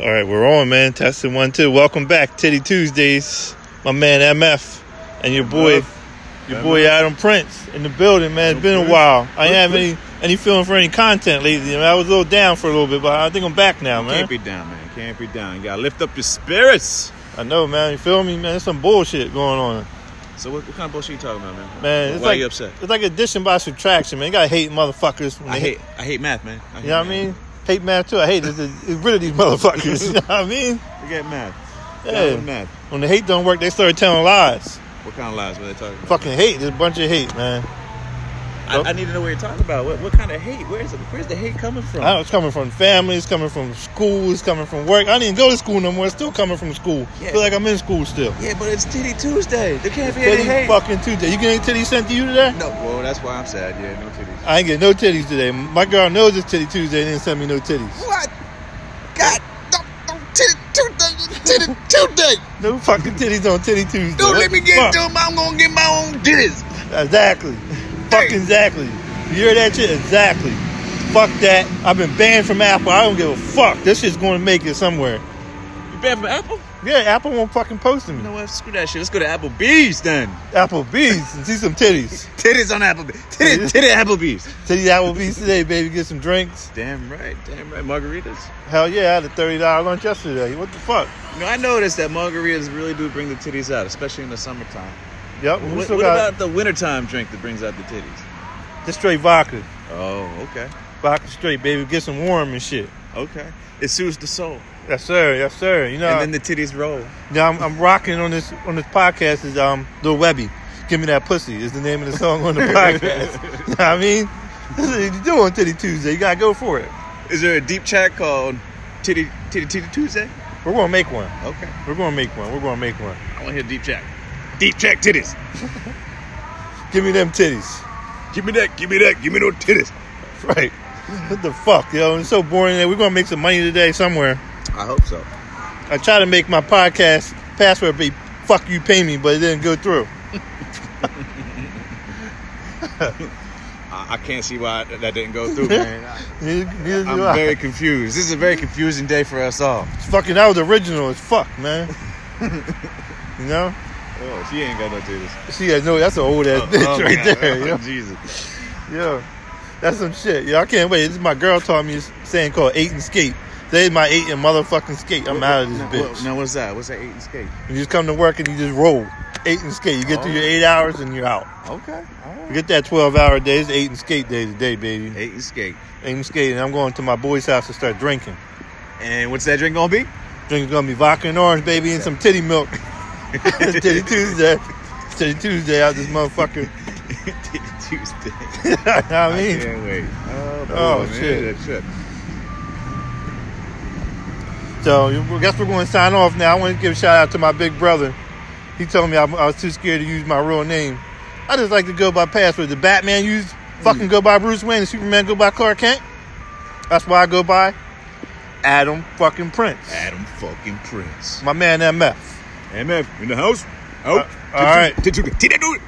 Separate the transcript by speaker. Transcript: Speaker 1: All right, we're on, man. Testing one, two. Welcome back, Titty Tuesdays. My man MF and your boy, your boy Adam Prince in the building, man. It's been a while. I didn't have any any feeling for any content lately. I, mean, I was a little down for a little bit, but I think I'm back now, man.
Speaker 2: Can't be down, man. Can't be down. You gotta lift up your spirits.
Speaker 1: I know, man. You feel me, man? There's some bullshit going on,
Speaker 2: So what, what kind of bullshit you talking about, man?
Speaker 1: man. It's
Speaker 2: why
Speaker 1: like
Speaker 2: you upset?
Speaker 1: it's like addition by subtraction, man. You gotta hate motherfuckers. When
Speaker 2: I
Speaker 1: they
Speaker 2: hate I hate math, man. I hate
Speaker 1: You know what I
Speaker 2: math.
Speaker 1: mean? Hate math too. I hate it. It's rid of these motherfuckers. You know what I mean?
Speaker 2: Forget math.
Speaker 1: Yeah.
Speaker 2: Down with math.
Speaker 1: When the hate don't work, they start telling lies.
Speaker 2: What kind of lies were they talking about?
Speaker 1: Fucking hate. There's a bunch of hate, man.
Speaker 2: I, I need to know what you're talking about. What, what kind of hate? Where's the, where's the hate coming from?
Speaker 1: I know Oh, it's coming from family, it's coming from school, it's coming from work. I didn't even go to school no more. It's still coming from school.
Speaker 2: Yeah.
Speaker 1: Feel like I'm in school still.
Speaker 2: Yeah, but it's Titty Tuesday. There can't be any
Speaker 1: Titty
Speaker 2: hate.
Speaker 1: fucking Tuesday. You getting titties sent to you today?
Speaker 2: No, well that's why I'm sad. Yeah, no titties.
Speaker 1: I ain't getting no titties today. My girl knows it's Titty Tuesday and didn't send me no titties.
Speaker 2: What? God, don't, don't Titty Tuesday, Titty Tuesday.
Speaker 1: No fucking titties on Titty Tuesday. What the fuck?
Speaker 2: them. I'm gonna get my own titties.
Speaker 1: Exactly. Fucking exactly. You hear that shit? Exactly. Fuck that. I've been banned from Apple. I don't give a fuck. This shit's going to make it somewhere.
Speaker 2: You banned from Apple?
Speaker 1: Yeah, Apple won't fucking post to me.
Speaker 2: You know what? Screw that shit. Let's go to Applebee's then.
Speaker 1: Applebee's and see some titties.
Speaker 2: Titties on Applebee's. Titty, titty Applebee's.
Speaker 1: Titties Applebee's today, baby. Get some drinks.
Speaker 2: Damn right. Damn right. Margaritas.
Speaker 1: Hell yeah, I had a thirty dollar lunch yesterday. What the fuck?
Speaker 2: You know, I noticed that margaritas really do bring the titties out, especially in the summertime.
Speaker 1: Yep.
Speaker 2: What,
Speaker 1: We
Speaker 2: what
Speaker 1: still got
Speaker 2: about the wintertime drink that brings out the titties?
Speaker 1: just straight vodka.
Speaker 2: Oh, okay.
Speaker 1: Vodka straight, baby. Get some warm and shit.
Speaker 2: Okay. It soothes the soul.
Speaker 1: Yes sir. Yes sir. You know.
Speaker 2: And then the titties roll.
Speaker 1: Now I'm, I'm rocking on this on this podcast is um Lil Webby. Give me that pussy is the name of the song on the podcast. Know what I mean, that's what you do on Titty Tuesday. You gotta go for it.
Speaker 2: Is there a deep chat called Titty Titty Titty Tuesday?
Speaker 1: We're gonna make one.
Speaker 2: Okay.
Speaker 1: We're gonna make one. We're gonna make one.
Speaker 2: I want to hear deep chat. Deep chat titties.
Speaker 1: Give me them titties.
Speaker 2: Give me that. Give me that. Give me no titties.
Speaker 1: Right. What the fuck, yo? It's so boring. Today. We're gonna make some money today somewhere.
Speaker 2: I hope so.
Speaker 1: I tried to make my podcast password be "fuck you, pay me," but it didn't go through.
Speaker 2: I, I can't see why that didn't go through, man. I-
Speaker 1: Neither, neither do I.
Speaker 2: I'm very confused. This is a very confusing day for us all.
Speaker 1: Fucking, that was original as fuck, man. you know,
Speaker 2: Oh, she ain't got no titties.
Speaker 1: she has no. That's an old
Speaker 2: Oh,
Speaker 1: ass bitch right there. Yo.
Speaker 2: Jesus.
Speaker 1: Yeah, that's some shit. Yeah, I can't wait. This is my girl taught me this saying called eight and skate. Today my eight and motherfucking skate. I'm out of this
Speaker 2: now,
Speaker 1: bitch.
Speaker 2: Now what's that? What's that eight and skate?
Speaker 1: You just come to work and you just roll. Eight and skate. You get
Speaker 2: Oh.
Speaker 1: through your eight hours and you're out.
Speaker 2: Okay. All
Speaker 1: You
Speaker 2: right.
Speaker 1: get that 12 hour day. It's eight and skate day today, baby. Eight
Speaker 2: Eight and skate.
Speaker 1: and skate. And I'm going to my boy's house to start drinking.
Speaker 2: And what's that drink gonna be?
Speaker 1: Drinking's gonna be vodka and orange, baby, and some titty milk. It's titty Tuesday. It's Titty Tuesday out this motherfucker.
Speaker 2: Titty Tuesday.
Speaker 1: you know what I mean?
Speaker 2: can't wait. Oh,
Speaker 1: Oh,
Speaker 2: boy,
Speaker 1: shit.
Speaker 2: That shit.
Speaker 1: So I guess we're going to sign off now. I want to give a shout out to my big brother. He told me I, I was too scared to use my real name. I just like to go by password. The Batman used fucking go by Bruce Wayne. The Superman go by Clark Kent. That's why I go by Adam fucking Prince.
Speaker 2: Adam fucking Prince.
Speaker 1: My man MF.
Speaker 2: MF in the house.
Speaker 1: Uh, all right.
Speaker 2: Titty Tuesday. Titty Tuesday.